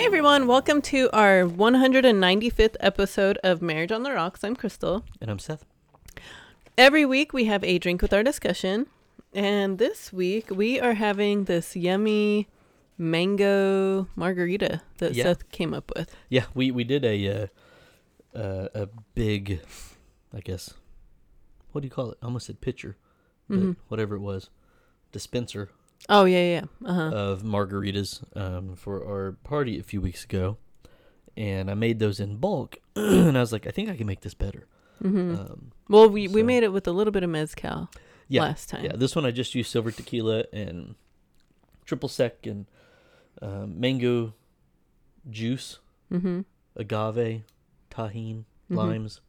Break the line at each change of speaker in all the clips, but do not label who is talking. Welcome to our 195th episode of Marriage on the Rocks. I'm Crystal.
And I'm Seth.
Every week we have a drink with our discussion. And this week we are having this yummy mango margarita that
Yeah.
Seth came up with.
Yeah, we we did a uh, uh, a big, I guess, what do you call it? I almost said pitcher, but
Mhm.
whatever it was, dispenser
Oh, yeah, yeah. yeah. Uh-huh.
of margaritas um, for our party a few weeks ago, and I made those in bulk, and I was like, I think I can make this better.
hmm
Um,
well, we, we
so-
made it with a little bit of mezcal
yeah,
last time.
yeah. This one I just used silver tequila and triple sec and um, mango juice,
hmm
agave, tahine,
Mhm.
limes.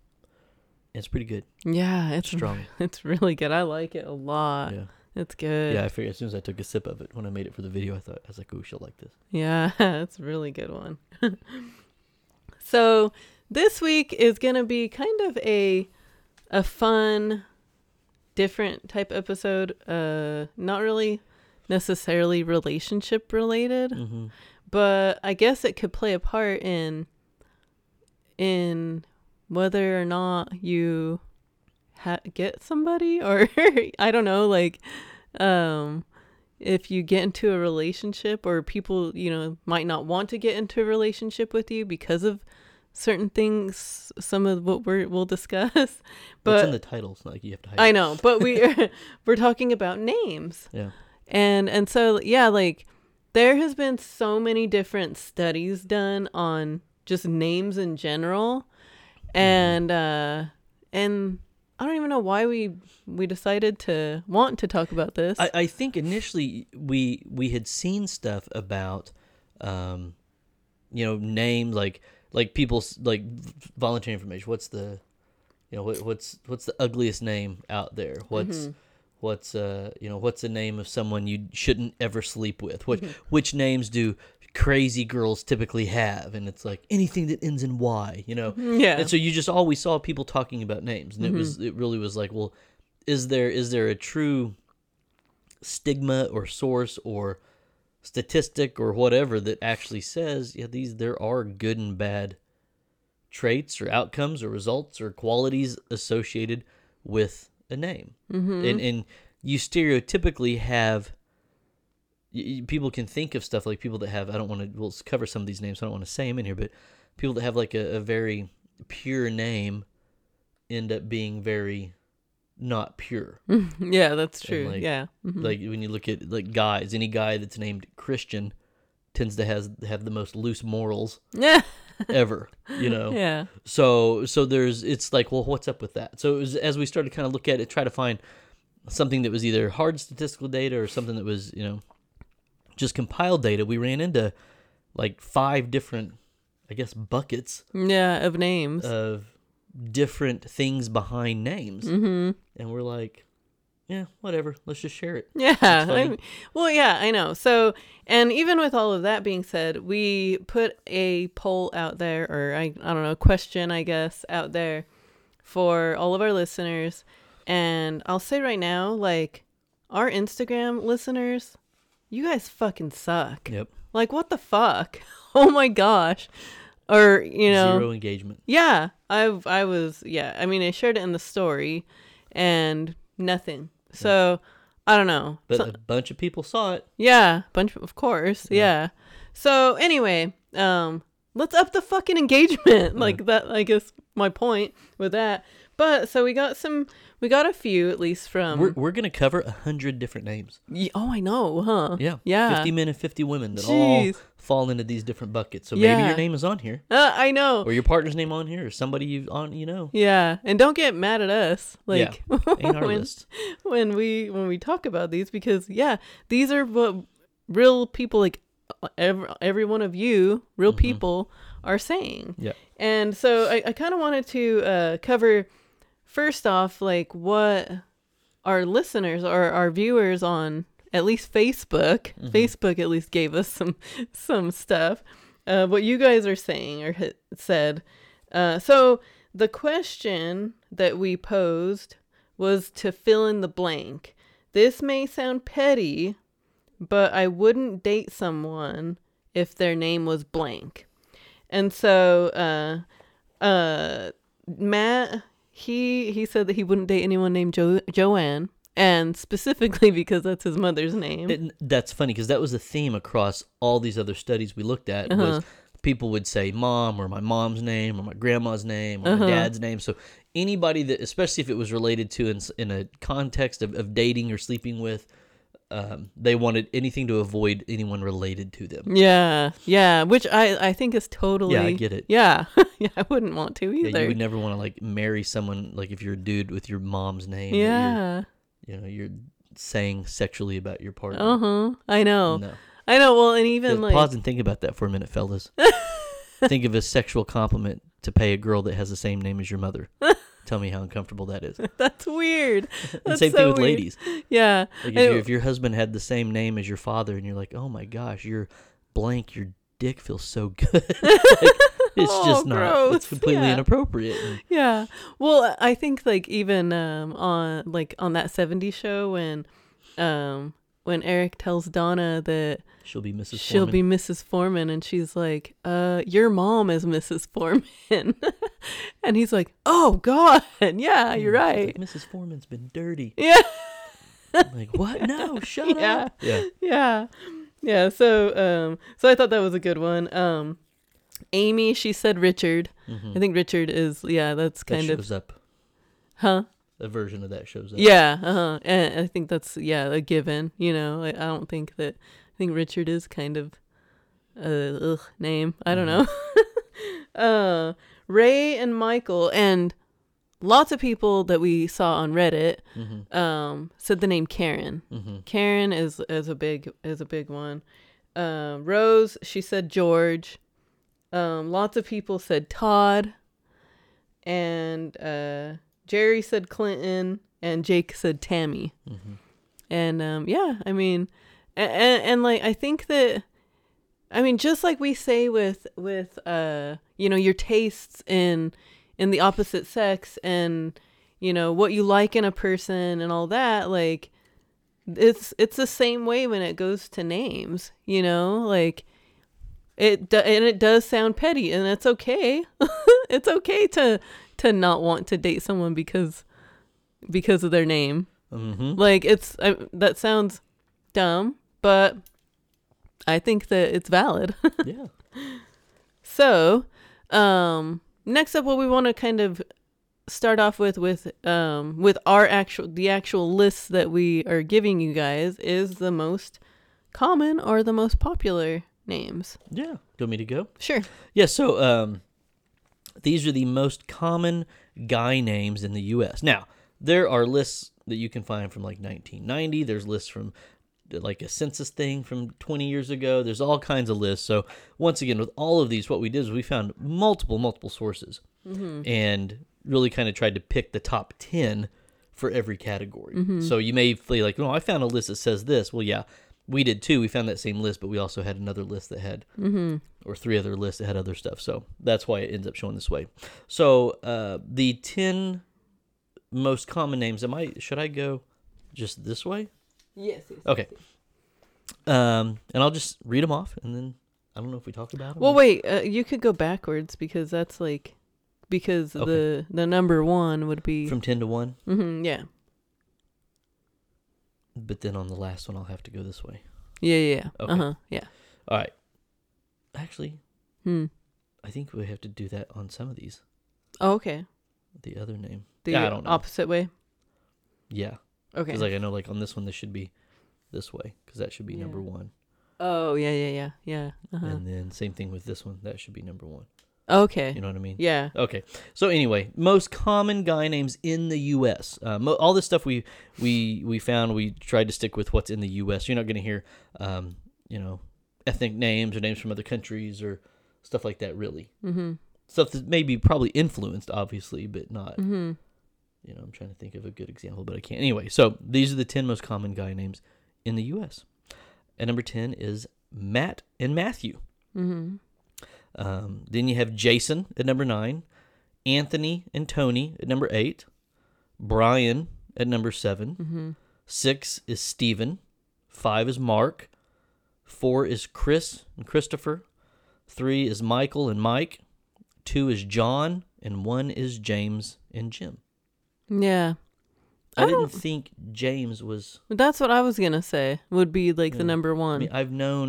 It's pretty good.
Yeah, it's,
strong.
it's really good. I like it a lot.
yeah.
It's good.
Yeah, I figured as soon as I took a sip of it when I made it for the video, I thought I was like, "Ooh, she'll like this."
Yeah, that's a really good one. so this week is gonna be kind of a a fun, different type episode. Uh, not really necessarily relationship related,
Mm-hmm.
but I guess it could play a part in in whether or not you ha- get somebody or I don't know, like um if you get into a relationship or people, you know, might not want to get into a relationship with you because of certain things, some of what we're, we'll discuss.
But it's
But
in the title. It's not like you have to hide.
I
it.
know, but we we're talking about names
Yeah,
and and so yeah like there has been so many different studies done on just names in general
Mm-hmm.
and uh and i don't even know why we we decided to want to talk about this
I, I think initially we we had seen stuff about, um, you know, names like like people's like v- volunteer information. What's the, you know, what, what's what's the ugliest name out there? What's What's uh you know what's the name of someone you shouldn't ever sleep with? What which names do crazy girls typically have? And it's like anything that ends in Y, you know.
yeah
And so you just always saw people talking about names, and it was it really was like, well, is there is there a true stigma or source or statistic or whatever that actually says, yeah, these there are good and bad traits or outcomes or results or qualities associated with a name, mm-hmm. and and you stereotypically have. y- y- People can think of stuff like people that have. I don't want to. We'll cover some of these names. so I don't want to say them in here, but people that have like a, a very pure name end up being very not pure.
yeah that's true
like-
yeah Mhm.
Like when you look at like guys, any guy that's named Christian tends to has have the most loose morals
yeah
ever, you know.
yeah
So so there's it's like, well, what's up with that? So it was, as we started to kind of look at it, try to find something that was either hard statistical data or something that was, you know, just compiled data, we ran into like five different I guess buckets
yeah of names
of different things behind names.
mm-hmm
And we're like, yeah, whatever. Let's just share it.
Yeah.
funny.
I mean- well, yeah, I know. So, and even with all of that being said, we put a poll out there, or I, I don't know, question, I guess, out there for all of our listeners. And I'll say right now, like, our Instagram listeners, you guys fucking suck.
Yep.
Like, what the fuck? Oh my gosh. Or, you know.
Zero engagement.
Yeah, I I was yeah. I mean, I shared it in the story, and nothing. So I don't know.
But
So-
a bunch of people saw it.
yeah, bunch of, of course. Yeah.
Yeah.
So anyway, um, let's up the fucking engagement. Like that. I guess my point with that. But so we got some. We got a few at least from.
we're we're going to cover a hundred different names.
Ye- oh, I know, huh?
Yeah.
Yeah.
50 men and 50 women that
Jeez.
all fall into these different buckets. So maybe
Yeah.
your name is on here
Uh, I know.
or your partner's name on here or somebody you on, you know.
yeah, and don't get mad at us. Like
Ain't our
when-
list.
when we when we talk about these because yeah these are what real people like every, every one of you real people are saying
Yeah.
and so i, I kind of wanted to uh, cover first off like what our listeners or our viewers on at least facebook facebook at least gave us some some stuff uh, what you guys are saying or h- said uh, so the question that we posed was to fill in the blank. This may sound petty, but I wouldn't date someone if their name was blank. And so uh uh Matt he he said that he wouldn't date anyone named jo- Joanne and specifically because that's his mother's name.
And that's funny because that was the theme across all these other studies we looked at was people would say mom or my mom's name or my grandma's name or my dad's name. So anybody that, especially if it was related to in, s- in a context of, of dating or sleeping with, um, they wanted anything to avoid anyone related to them.
yeah. Yeah, which I I think is totally
get it.
Yeah. yeah, I wouldn't want to either.
Yeah,
Yeah.
you would never want to like marry someone like if you're a dude with your mom's name. that you're- you know you're saying sexually about your partner.
Uh-huh. I know.
No.
I know. Well, and even
Just
like
pause and think about that for a minute, fellas. think of a sexual compliment to pay a girl that has the same name as your mother. Tell me how uncomfortable that is. And
that's weird. That's
same
so
thing with
weird.
ladies.
Yeah.
Like
I-
if, your if your husband had the same name as your father, and you're like, oh my gosh, you're blank, your dick feels so good. Like, it's
Oh,
just not.
gross.
It's completely
Yeah.
inappropriate. And
yeah well i think like even um on like on that 70s show when um when eric tells donna that
she'll be Mrs.
she'll
Foreman.
be mrs foreman and she's like uh your mom is mrs foreman and he's like oh god yeah you're
She's
right
like, Mrs. Foreman's been dirty.
yeah
I'm like, what? No, shut
Yeah.
up. Yeah.
yeah yeah so um so i thought that was a good one um amy she said richard
Mm-hmm.
i think richard is yeah that's
That
kind of
shows up.
huh
A version of that shows up.
Yeah, uh-huh. and I think that's yeah a given. You know, I, I don't think that I think Richard is kind of a ugh, name. I don't know. uh, Ray and Michael and lots of people that we saw on Reddit um, said the name Karen. Karen is is a big is a big one. Uh, Rose, she said George. Um, lots of people said Todd, and uh, Jerry said Clinton, and Jake said Tammy. And um, yeah, I mean, and, and, and like I think that, I mean, just like we say with with uh, you know, your tastes in in the opposite sex and you know what you like in a person and all that, like it's it's the same way when it goes to names, you know, like it do- and it does sound petty and that's okay it's okay to to not want to date someone because because of their name
Mm-hmm.
like it's I, that sounds dumb but i think that it's valid
Yeah.
so um next up what we want to kind of start off with with um with our actual the actual lists that we are giving you guys is the most common or the most popular names
Yeah. Do you want me to go?
sure
Yeah, so um, these are the most common guy names in the U.S. Now, there are lists that you can find from like 1990. There's lists from like a census thing from 20 years ago. There's all kinds of lists. So, once again, with all of these, what we did is we found multiple, multiple sources and really kind of tried to pick the top 10 for every category. So, you may feel like, oh, I found a list that says this. Well, yeah, we did too. We found that same list, but we also had another list that had or three other lists that had other stuff. So that's why it ends up showing this way. So uh, the ten most common names. Am I? Should I go just this way?
yes, yes
Okay. Um, and I'll just read them off, and then I don't know if we talk about them.
Well, wait. Uh, you could go backwards because that's like because
Okay.
the the number one would be
from ten to one,
Mhm, yeah
but then on the last one, I'll have to go this way.
yeah yeah yeah.
Okay.
uh huh yeah
All right. Actually,
hmm.
I think we have to do that on some of these.
oh, okay
The other name.
the
Yeah, I don't know.
opposite way
Yeah,
okay
because like I know, like on this one, this should be this way because that should be
Yeah.
number one,
oh yeah yeah yeah yeah uh-huh.
and then same thing with this one, that should be number one.
okay
You know oh. what I mean?
yeah
Okay. So anyway, most common guy names in the U.S. Uh, mo- all this stuff we we we found. We tried to stick with what's in the U.S. You're not going to hear, um, you know, ethnic names or names from other countries or stuff like that. Really,
mm-hmm
stuff that may be probably influenced, obviously, but not.
mm-hmm
You know, I'm trying to think of a good example, but I can't. Anyway, so these are the ten most common guy names in the U.S. At number ten is Matt and Matthew.
mm-hmm
Um, then you have Jason at number nine, Anthony and Tony at number eight, Brian at number 7
Mm-hmm.
Six is Stephen. Five is Mark. Four is Chris and Christopher. Three is Michael and Mike. Two is John, and one is James and Jim.
Yeah.
I,
I
didn't
don't-
think James was.
That's what I was gonna say. Would be like
Mm. Yeah.
the number
I
one.
mean, I've known.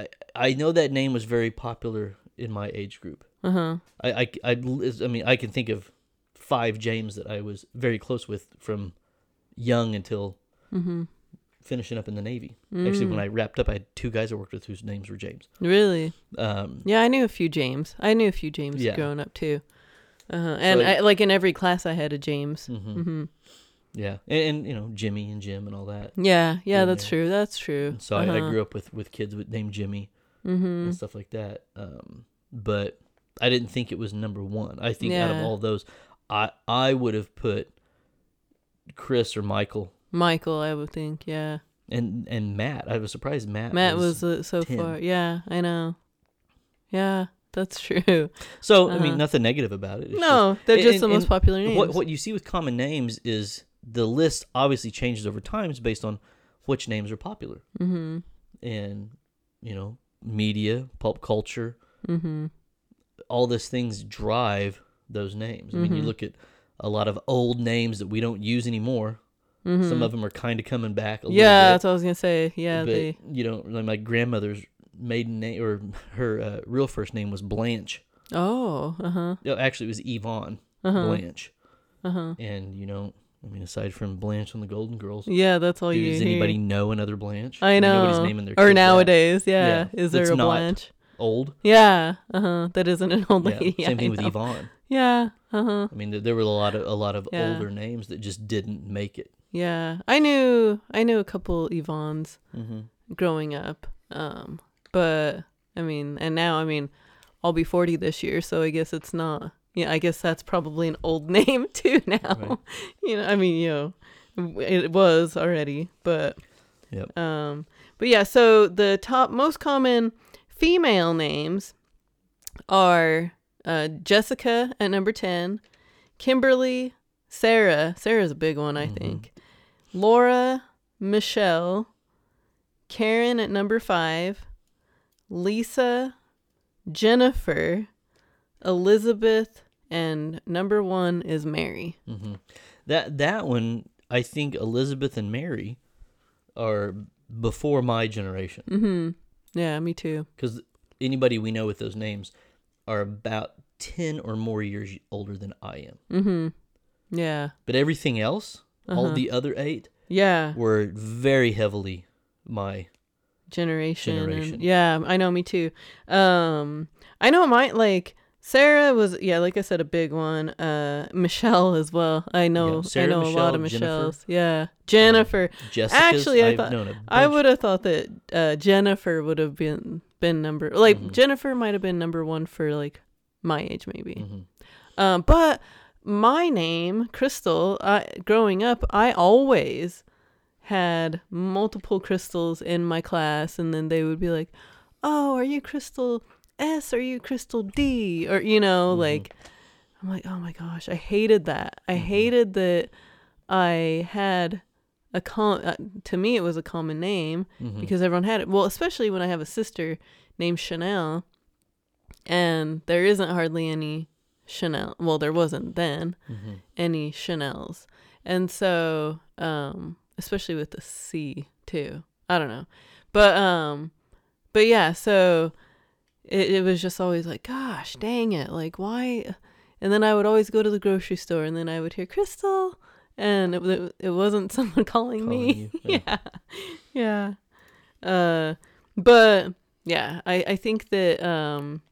I I know that name was very popular in my age group.
Uh huh.
I I I, I mean, I can think of five James that I was very close with from young until
Mm-hmm.
finishing up in the Navy. Actually,
Mm.
when I wrapped up, I had two guys I worked with whose names were James.
Really?
Um,
Yeah, I knew a few James. I knew a few James
Yeah.
growing up too. Uh huh. And
So-
I, like in every class, I had a James.
mhm.
Mm-hmm.
Yeah, and, and you know Jimmy and Jim and all that.
Yeah. Yeah.
Yeah.
That's true. That's true. Uh-huh.
So I, I grew up with with kids with named Jimmy
Mm-hmm.
and stuff like that. Um, but I didn't think it was number one. I think out of
Yeah.
all those, I I would have put Chris or Michael
Michael, I would think. Yeah.
and and Matt. I was surprised Matt.
Matt was uh, so
10.
far. Yeah, I know. Yeah, that's true.
so. I
uh-huh.
mean, nothing negative about it. It's
no, they're
and-
just the
and-
most
and
popular
just-
names.
what what you see with common names is the list obviously changes over time based on which names are popular
mm-hmm.
and you know media, pop culture,
Mm-hmm.
all those things drive those names. I mean, you
Mhm.
look at a lot of old names that we don't use anymore.
Mm-hmm.
Some of them are kind of coming back a little
yeah,
bit.
that's what I was gonna say. Yeah,
but
they.
you know, like my grandmother's maiden name or her uh, real first name was Blanche.
Oh, uh huh,
No, actually, it was Yvonne
uh huh,
Blanche.
uh huh.
And you know, I mean, aside from Blanche on the Golden Girls,
Yeah, that's all
dude,
you.
does
hear.
anybody know another Blanche?
I
mean,
know.
Nobody's naming their
or
kids that.
nowadays, yeah.
Yeah,
Is there
that's
a
not
Blanche?
old.
Yeah, uh huh. That isn't an old
Yeah,
lady. Yeah,
same thing
I
with
know.
Yvonne.
Yeah, uh huh.
I mean, there, there were a lot of a lot of
Yeah.
older names that just didn't make it.
Yeah, I knew. I knew a couple Yvonne's.
Mm-hmm.
growing up. Um, but I mean, and now I mean, I'll be 40 this year, so I guess it's not. Yeah, I guess that's probably an old name too now.
Right.
you know, I mean, you know, w- it was already, but
Yep.
um, but yeah. So the top most common female names are uh, Jessica at number 10, Kimberly, Sarah. Sarah's a big one, I
Mhm.
think. Laura, Michelle, Karen at number five, Lisa, Jennifer, Elizabeth, and number one is Mary.
hmm That that one, I think Elizabeth and Mary are before my generation
Mm-hmm. Yeah, me too.
because anybody we know with those names are about ten or more years older than I am.
Mm-hmm. Yeah.
But everything else, all
Uh-huh.
the other eight,
Yeah.
were very heavily my
generation. and-
Generation.
yeah, I know me too. Um I know my like Sarah was yeah, like I said, a big one. Uh Michelle as well. I know
Sarah,
I know a lot of
Michelle, Jennifer.
Michelle's. Yeah. Jennifer.
Jessica's.
Actually, I
I've
thought-
known a bunch.
I would have thought that uh Jennifer would have been been number like
Mhm.
Jennifer might have been number one for like my age maybe.
Mhm.
Um, but my name, Crystal, I, growing up, I always had multiple crystals in my class, and then they would be like, Oh, are you Crystal S? Are you Crystal D? Or, you know,
Mhm.
like, I'm like, Oh my gosh, I hated that. I
Mhm.
hated that I had a com. Uh, to me, it was a common name
Mhm.
because everyone had it. Well, especially when I have a sister named Chanel, and there isn't hardly any Chanel. Well, there wasn't then
Mhm.
any Chanels, and so um, especially with the C too. I don't know, but um, but yeah, so it, it was just always like, gosh, dang it, like why? And then I would always go to the grocery store, and then I would hear Crystal. And it, it, it wasn't someone calling, me
Calling you, yeah.
yeah yeah uh but yeah i i think that um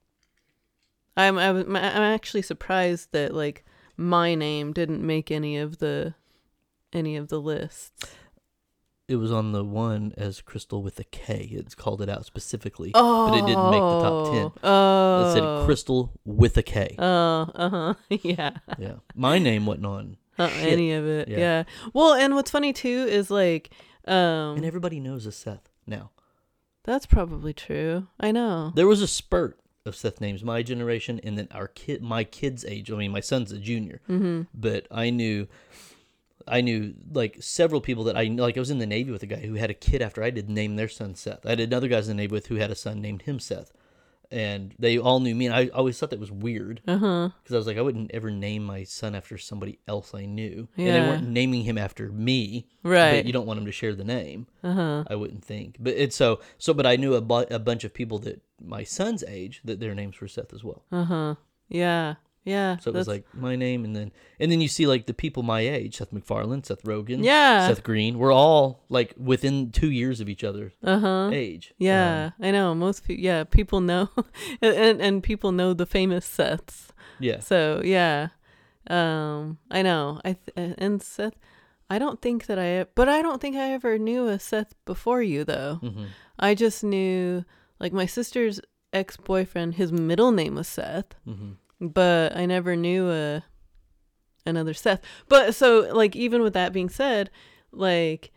i'm I, was- I'm actually surprised that like my name didn't make any of the any of the lists
It was on the one as Crystal with a K. It's called it out specifically.
oh
it didn't make the top 10.
oh
It said Crystal with a K.
oh uh-huh yeah
yeah, my name wasn't on
not
shit.
any of it
Yeah.
yeah. well and what's funny too is like um
and everybody knows a Seth now.
that's probably true i know
There was a spurt of Seth names, my generation, and then our kid, my kid's age. I mean, my son's a junior,
mm-hmm
but I knew, I knew like several people that I kn- like. I was in the Navy with a guy who had a kid after I did name their son Seth. I had another guy I was in the Navy with who had a son named him Seth. and they all knew me. And I always thought that was weird
Uh huh.
because I was like, I wouldn't ever name my son after somebody else I knew. And they
Yeah.
weren't naming him after me.
Right.
But you don't want him to share the name.
Uh huh.
I wouldn't think. But it's so so. But I knew a, bu- a bunch of people that my son's age that their names were Seth as well.
Uh huh. Yeah. Yeah.
So it
that's-
was like my name, and then and then you see like the people my age: Seth MacFarlane, Seth Rogen,
Yeah.
Seth Green. We're all like within two years of each other
Uh huh.
age. Um,
Yeah, I know. Most people, yeah, people know, and, and and people know the famous Seths.
Yeah.
So yeah, um, I know. I th- uh, and Seth, I don't think that I, e, but I don't think I ever knew a Seth before you though.
hmm
I just knew like my sister's ex boyfriend. His middle name was Seth,
hmm
but I never knew a another Seth. But so like even with that being said, like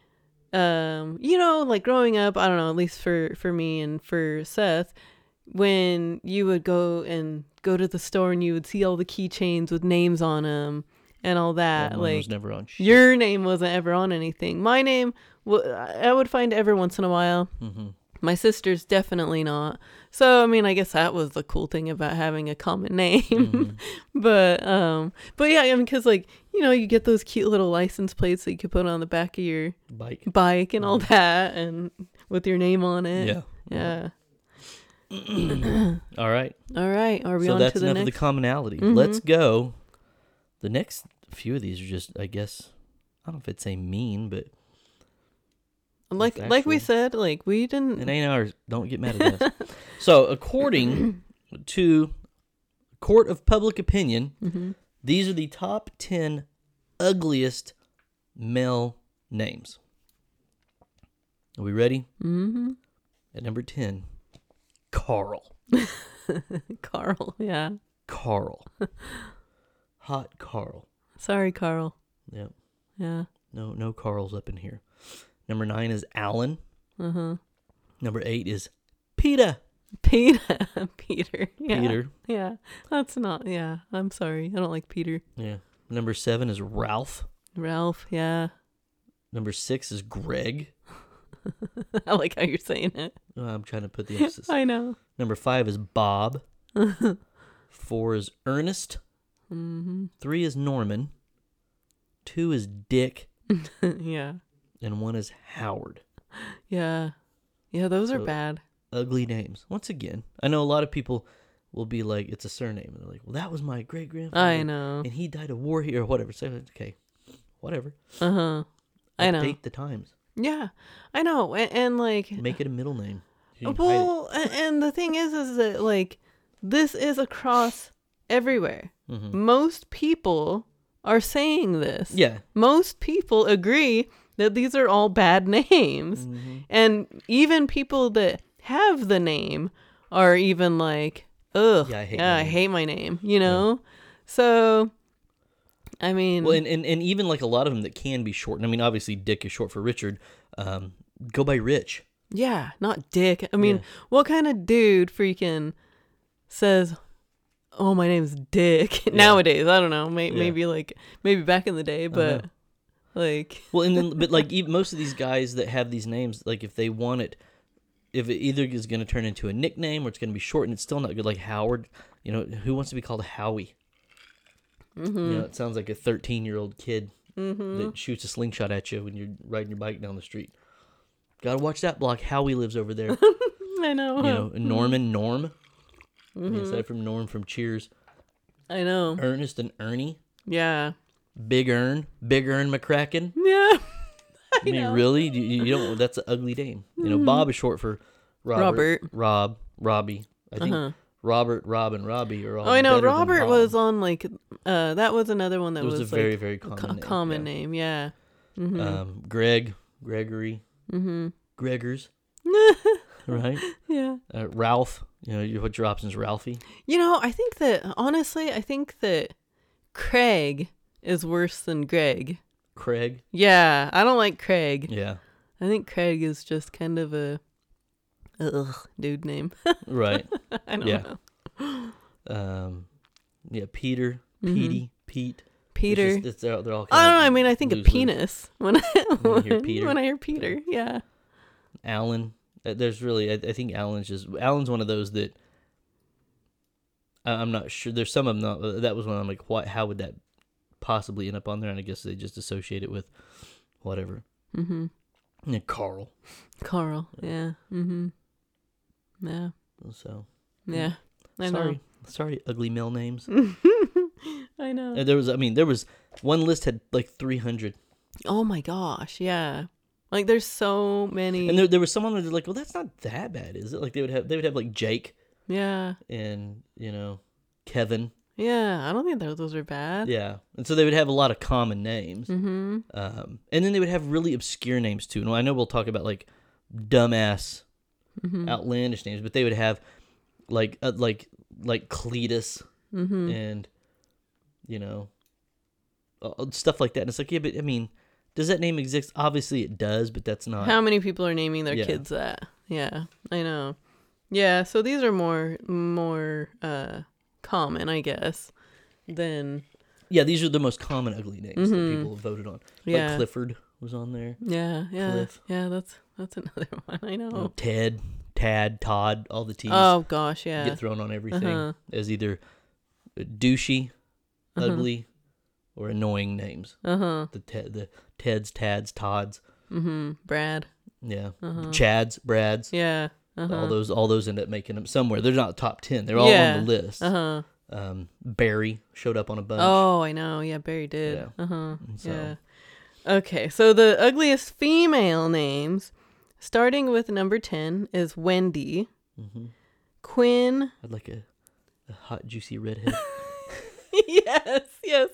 um you know like growing up, I don't know, at least for for me and for Seth, when you would go and go to the store and you would see all the keychains with names on them and all that
Mine
like
was never on. Shit.
your name wasn't ever on anything. My name well, I would find every once in a while.
Mhm.
My sister's definitely not. So I mean, I guess that was the cool thing about having a common name.
Mm-hmm.
but um, but yeah, I mean, because like you know, you get those cute little license plates that you could put on the back of your
Bike.
bike and all that, and with your name on it.
Mm-hmm. Yeah.
Yeah.
All right.
All right. Are we
So
on
that's
to the
enough
next? Mm-hmm.
of the commonality. Let's go. The next few of these are just, I guess, I don't know if it's a mean, but
like like we
factual.
said, like we
it
didn't.
ain't ours. Don't get mad at us. so, according to Court of Public Opinion,
Mm-hmm.
these are the top 10 ugliest male names. Are we ready?
hmm
At number 10, Carl.
Carl. Yeah.
Carl. Hot Carl.
Sorry, Carl.
Yep.
Yeah.
No, no Carl's up in here. Number nine is Alan.
Uh huh.
Number eight is Peta.
Peter. Peter. Yeah.
Peter.
Yeah. That's not. Yeah. I'm sorry. I don't like Peter.
Yeah. Number seven is Ralph.
Ralph. Yeah.
Number six is Greg.
I like how you're saying it.
Oh, I'm trying to put the emphasis.
I know.
Number five is Bob. Four is Ernest.
hmm
Three is Norman. Two is Dick.
yeah.
And one is Howard.
Yeah. Yeah, those are
So-
bad.
Ugly names. Once again, I know a lot of people will be like, it's a surname. And they're like, well, that was my great grandfather.
I know.
And he died of war here or whatever. So, okay, whatever.
Uh huh. I know.
Update the times.
Yeah. I know. And, and like, uh,
Make it a middle name. You
Oh,
can hide it.
well, a- and the thing is, is that like, this is across everywhere.
Mhm.
Most people are saying this.
Yeah.
Most people agree that these are all bad names. And even people that have the name are even like, ugh,
Yeah, I hate my
yeah, I
name."
hate my name, you know? So, I mean,
Well, and, and, and even like a lot of them that can be shortened. I mean, obviously, Dick is short for Richard. Um, go by Rich.
yeah, not dick. I mean, what kind of dude freaking says, oh, my name's Dick nowadays? I don't know. May-
Yeah.
Maybe like, maybe back in the day, but like,
Well, and then, but like even, most of these guys that have these names, like if they want it, if it either is going to turn into a nickname or it's going to be shortened, it's still not good. Like Howard, you know, who wants to be called Howie? You know, it sounds like a 13 year old kid that shoots a slingshot at you when you're riding your bike down the street. Gotta watch that block. Howie lives over there.
I know.
you know, Norman, Norm. I
Mm-hmm.
mean, aside from Norm from Cheers,
I know.
Ernest and Ernie,
Yeah.
Big Ern, Big Ern McCracken.
Yeah.
I mean, really, you, you you don't. That's an ugly name. You know, Bob is short for Robert,
Mm-hmm. Robert. Uh-huh.
Rob, Robbie. I think Robert, Rob, and Robbie are all.
Oh, I know.
better than
Robert
Bob.
was on like, uh, that was another one that
It was,
was,
a
like,
very, very
a
common,
co-
name.
common
yeah.
name. Yeah. Mm-hmm.
Um, Greg, Gregory, mm-hmm. Gregors, right?
Yeah.
Uh, Ralph. You know, you, what your options? Ralphie.
You know, I think that honestly, I think that Craig is worse than Greg.
Craig.
Yeah, I don't like Craig.
Yeah.
I think Craig is just kind of a ugh, dude name.
Right.
I don't
Yeah.
know.
um, yeah. Peter, Petey, Pete. It's
Mm-hmm. Peter.
just- it's- they're, they're all
I
kinda
don't know. I mean, I think of
loose-loose.
penis when I
When you
when,
hear Peter.
I hear Peter. Yeah.
Alan. Uh, There's really, I, I think Alan's just Alan's one of those that I- I'm not sure. There's some I'm not. That was when I'm like, why? How would that possibly end up on there? And I guess they just associate it with whatever.
Mm-hmm.
Yeah, Carl.
Carl. Yeah. Mm-hmm. Yeah.
So
Yeah. I know.
sorry, sorry, ugly male names.
I know.
And there was, I mean, there was one list had like 300,
Oh my gosh, yeah. Like there's so many.
and there there was someone that was like, well, that's not that bad, is it? Like they would have they would have like Jake
yeah,
and you know Kevin,
yeah. I don't think those those are bad.
yeah, and so they would have a lot of common names.
Mm-hmm.
Um, and then they would have really obscure names too. And I know we'll talk about like dumbass,
mm-hmm,
outlandish names, but they would have like uh, like like Cletus
mm-hmm.
and you know uh, stuff like that. And it's like, yeah, but I mean, does that name exist? Obviously, it does, but that's not.
How many people are naming their
Yeah.
kids that? Yeah, I know. Yeah, so these are more more uh common, I guess, than
yeah, these are the most common ugly names that people voted on.
Mm-hmm. Yeah.
Like Clifford was on there.
yeah, yeah,
Cliff. Oh,
yeah. That's that's another one. I know.
You know, Ted, Tad, Todd, all the T's
oh gosh, yeah.
get thrown on everything
Uh-huh.
as either douchey,
Uh-huh,
ugly, or annoying names.
Uh huh.
The te- the Teds, Tads, Tods,
Mm-hmm. Brad.
yeah,
Uh-huh.
Chads, Brads.
Yeah. Uh huh.
All those, all those end up making them somewhere. They're not top ten. They're all
Yeah.
on the list.
Uh huh.
Um, Barry showed up on a bunch.
Oh, I know. Yeah, Barry did.
Yeah.
Uh huh.
So-
Yeah. Okay, so the ugliest female names, starting with number 10, is Wendy,
hmm
Quinn.
I'd like a, a hot, juicy redhead.
yes, yes.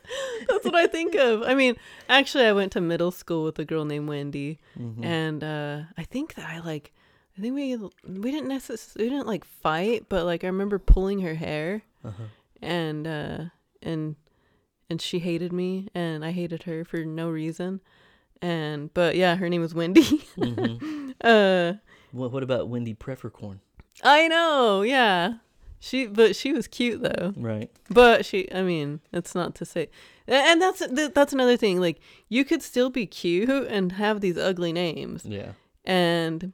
That's what I think of. I mean, actually, I went to middle school with a girl named Wendy, and uh, I think that I like. I think we we didn't necessarily we didn't like fight, but like I remember pulling her hair,
Uh-huh.
and uh, and and she hated me, and I hated her for no reason, and but yeah, her name was Wendy.
hmm
uh,
what, what about Wendy Preffercorn?
I know, yeah. She, but she was cute though.
Right.
But she, I mean, that's not to say, a- and that's th- that's another thing. Like you could still be cute and have these ugly names,
Yeah.
and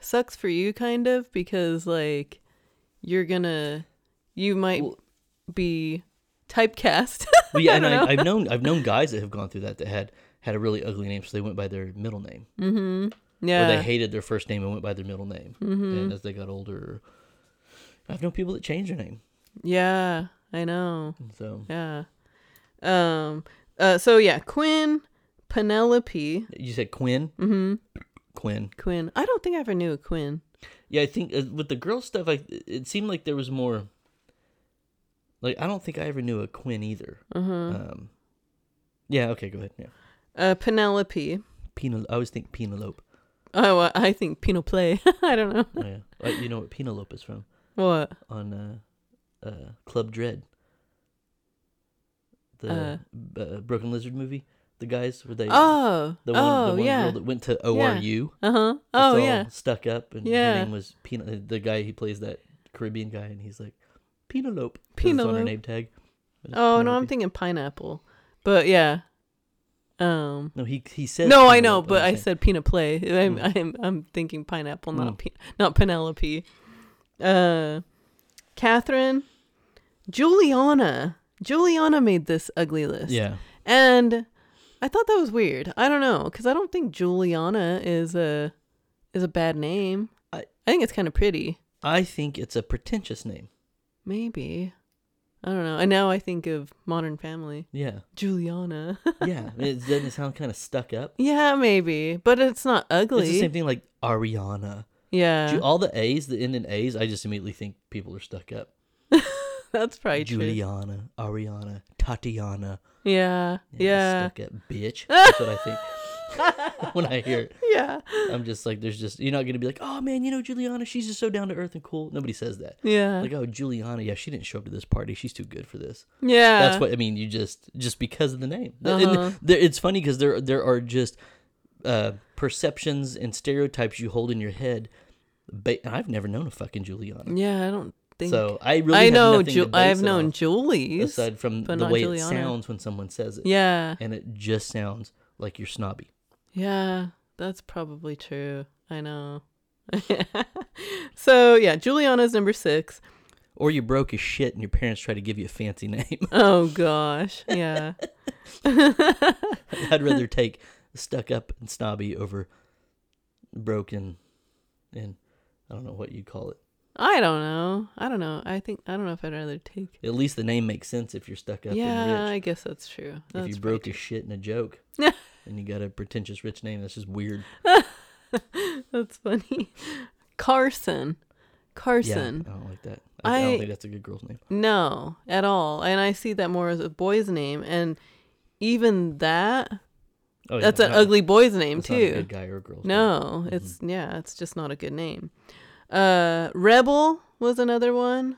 sucks for you, kind of, because like you're gonna, you might
Well-
be typecast.
Well, yeah, and
don't
I, I've known I've known guys that have gone through that that had had a really ugly name, so they went by their middle name, or
yeah, Mm-hmm.
they hated their first name and went by their middle name. And as they got older, I've known people that changed their name.
yeah, I know.
So
Yeah. Um. Uh. So yeah, Quinn, Penelope,
you said Quinn. Mm-hmm. Quinn.
Quinn. I don't think I ever knew a Quinn.
Yeah, I think uh, with the girl stuff, I it seemed like there was more. Like I don't think I ever knew a Quinn either.
Mm-hmm.
Um, yeah. Okay. Go ahead. Yeah.
Uh-huh. Uh, Penelope.
Penal. I always think Penelope.
Oh, I- I think Pinot Play. I don't know.
yeah. Uh, you know what Penelope is from
What?
on uh, uh, Club Dread. The uh, Broken Lizard movie. The guys were they
Oh.
the one
oh,
the one
yeah.
girl that went to ORU.
Uh huh.
that's
Oh,
all
yeah.
Stuck up and
Yeah.
her name was Peanut. The guy he plays that Caribbean guy and he's like Penelope. 'cause it's on her
Penelope.
name tag. But it's
Oh, no,
Penelope.
I'm thinking pineapple. But yeah. Um.
No, he he says.
No, I know,
Penelope,
but
I'm
I
saying.
said Pinot Play. I'm, I'm, I'm thinking pineapple, not
Mm.
pe- not Penelope. Uh, Catherine, Juliana. Juliana made this ugly list.
Yeah.
and I thought that was weird. I don't know because I don't think Juliana is a is a bad name. I,
I-
I think it's kind of pretty.
I think it's a pretentious name.
Maybe I don't know. And now I think of Modern Family,
Yeah.
Juliana.
Yeah. I mean, it doesn't it sound kind of stuck up.
yeah, maybe, but it's not ugly.
It's the same thing like Ariana.
Yeah,
Ju- all the A's, the end in A's, I just immediately think people are stuck up.
that's probably true.
Juliana, Ariana, Tatiana.
Yeah, yeah,
Stuck up, bitch. That's what I think. when I hear it,
yeah,
I'm just like, there's just, you're not going to be like, oh man, you know, Juliana, she's just so down to earth and cool. Nobody says that.
yeah,
Like, oh, Juliana, yeah, she didn't show up to this party. She's too good for this.
yeah.
That's what I mean. You just just because of the name. And
Uh-huh.
there, it's funny because there there are just uh, perceptions and stereotypes you hold in your head. Ba- and I've never known a fucking Juliana,
Yeah, I don't think.
so I really
I
have
know.
nothing to
Ju- I've
base it
known
off,
Julie's.
aside from
but
the
not
way it
Juliana.
sounds when someone says it,
Yeah.
and it just sounds like you're snobby.
Yeah, that's probably true. I know. so yeah, Juliana's number six.
or you broke as shit and your parents try to give you a fancy name.
Oh gosh, yeah.
I'd rather take stuck up and snobby over broken and I don't know what you call it.
I don't know. I don't know. I think I don't know if I'd rather take.
At least the name makes sense if you're stuck up
yeah,
and rich.
I guess that's true. That's
if you broke as shit in a joke and you got a pretentious rich name, that's just weird.
that's funny. Carson, Carson.
Yeah, I don't like that. I, I don't
I-
think that's a good girl's name.
No, at all. And I see that more as a boy's name, and even that
Oh, yeah,
that's an
no,
ugly boy's name
it's not a
too.
good guy or a girl's name.
No, it's yeah, it's just not a good name. Uh, Rebel was another one.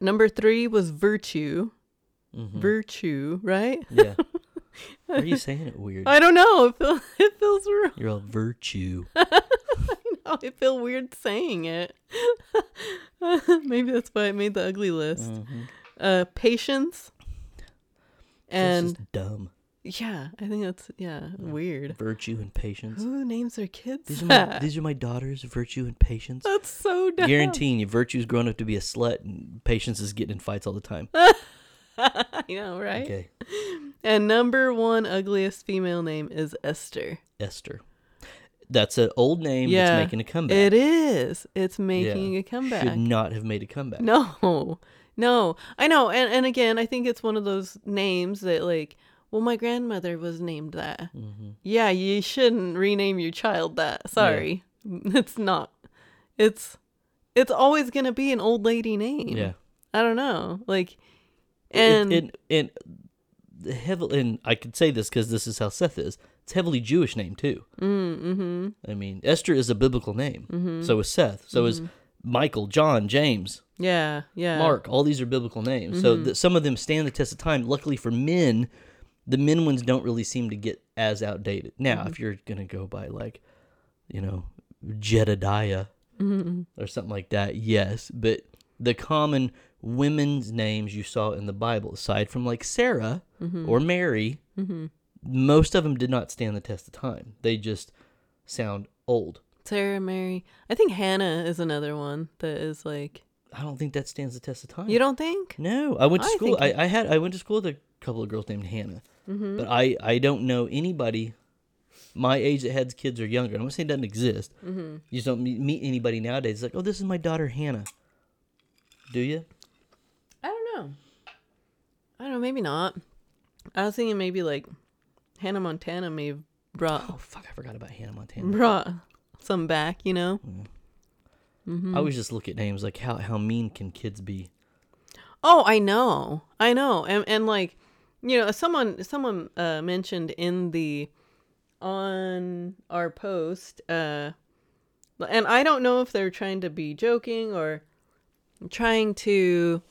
Number three was Virtue. Mm-hmm. Virtue, right?
Mm-hmm. Yeah. Why are you saying it weird?
I don't know. It, feel, it feels wrong.
You're all virtue.
I feel weird saying it. Maybe that's why I made the ugly list. Uh, patience.
Mm-hmm. That's
And
just dumb.
yeah, I think that's yeah weird.
Virtue and patience.
Who names their kids
These are my,
that?
these are my daughters, virtue and patience.
That's so dumb.
Guaranteeing you, virtue's grown up to be a slut, and patience is getting in fights all the time.
I know, right?
Okay,
And number one ugliest female name is Esther.
Esther. That's an old name
Yeah,
that's making a comeback.
It is. It's
Yeah.
making a comeback.
Should not have made a comeback.
No, no, I know. And and again, I think it's one of those names that like, well, my grandmother was named that.
Mm-hmm.
Yeah, you shouldn't rename your child that. Sorry, it's not. It's it's always gonna be an old lady name.
Yeah.
I don't know. Like, and
And and, and, the heavily, and I could say this because this is how Seth is. It's a heavily Jewish name too.
mm,
Mm-hmm. I mean, Esther is a biblical name.
Mm-hmm.
So is Seth. So is Michael, John, James.
yeah, yeah,
Mark, all these are biblical names. So th- some of them stand the test of time. Luckily for men, the men ones don't really seem to get as outdated. Now, if you're going to go by like, you know, Jedediah or something like that, yes. But the common women's names you saw in the Bible, aside from like Sarah or Mary, most of them did not stand the test of time. They just sound old.
Sarah Mary. I think Hannah is another one that is like.
I don't think that stands the test of time.
You don't think?
No, I went to
I Mm-hmm.
school. I,
think
I had I went to school with a couple of girls named Hannah, but I I don't know anybody my age that has kids or younger. I'm not saying it doesn't exist.
Mm-hmm.
You just don't meet, meet anybody nowadays. It's like, oh, this is my daughter Hannah. Do you?
I don't know. I don't know. Maybe not. I was thinking maybe like Hannah Montana may have brought
Oh fuck, I forgot about Hannah Montana.
brought some back. You know. Mm-hmm.
I always just look at names like how how mean can kids be?
Oh, I know. I know. And and like you know, someone someone uh, mentioned in the on our post uh and I don't know if they're trying to be joking or trying to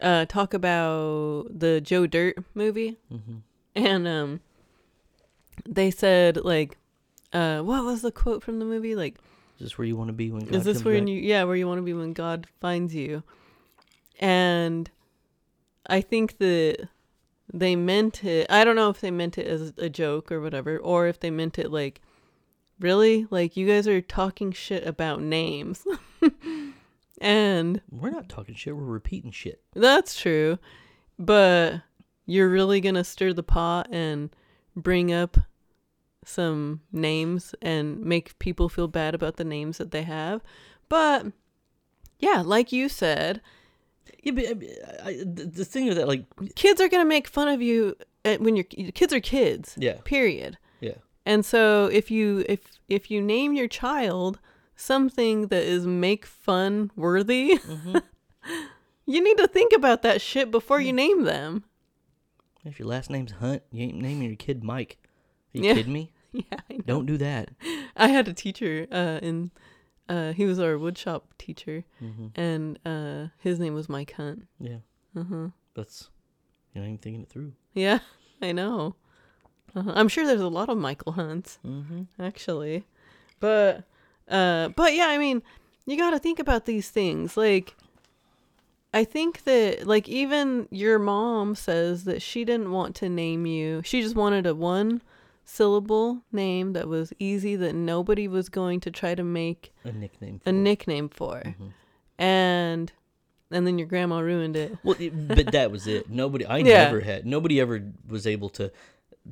uh talk about the Joe Dirt movie. And um they said like uh what was the quote from the movie like
Is this where you want to be when God
is this
comes
where
back?
you yeah where you want to be when god finds you and i think that they meant it i don't know if they meant it as a joke or whatever or if they meant it like really like you guys are talking shit about names and
We're not talking shit. We're repeating shit.
that's true but you're really gonna stir the pot and bring up some names and make people feel bad about the names that they have. But yeah, like you said,
Yeah, but I- I, I, the the thing is that like
kids are going to make fun of you at- when you're kids are kids.
Yeah.
Period.
yeah.
And so if you if if you name your child something that is make fun worthy,
Mm-hmm.
you need to think about that shit before
Mm.
you name them.
If your last name's Hunt, you ain't naming your kid Mike. Are you
Yeah.
kidding me?
Yeah, I
Don't do that.
I had a teacher uh, in, uh, he was our woodshop teacher, and uh, his name was Mike Hunt.
Yeah. Uh-huh. That's you're not even thinking it through.
Yeah, I know. Uh-huh. I'm sure there's a lot of Michael Hunts,
Mm-hmm.
actually, but uh, but yeah, I mean, you got to think about these things. Like, I think that like even your mom says that she didn't want to name you. She just wanted a one syllable name that was easy that nobody was going to try to make
A nickname.
Mm-hmm. a nickname for. And and then your grandma ruined it.
Well, it- but that was it. Nobody, I
Yeah.
never had. Nobody ever was able to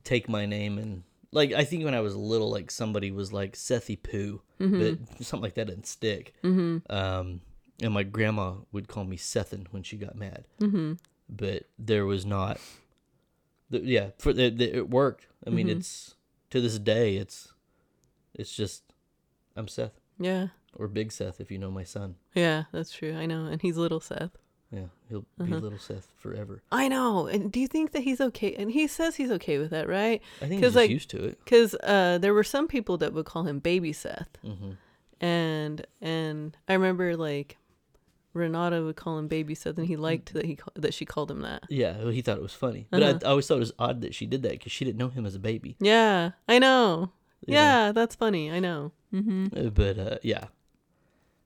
take my name and like. I think when I was little, like somebody was like Sethy Poo, but something like that didn't stick. Mm-hmm. Um, and my grandma would call me Sethin when she got mad. Mm-hmm. But there was not. The, yeah, for the, the, it worked. I mean, it's to this day, it's it's just I'm Seth
Yeah.
or Big Seth if you know my son.
Yeah, that's true. I know. And he's little Seth.
Yeah, he'll be
Uh-huh.
little Seth forever.
I know. And do you think that he's okay? And he says he's okay with that, right?
I think he's
'Cause,
just
like,
used to it.
Because uh, there were some people that would call him Baby Seth, and and I remember like Renata would call him Baby Seth, and he liked that he ca- that she called him that.
Yeah, well, he thought it was funny, but
Uh-huh.
I, I always thought it was odd that she did that because she didn't know him as a baby.
Yeah, I know. Yeah, that's funny. I know.
Uh, But uh, yeah,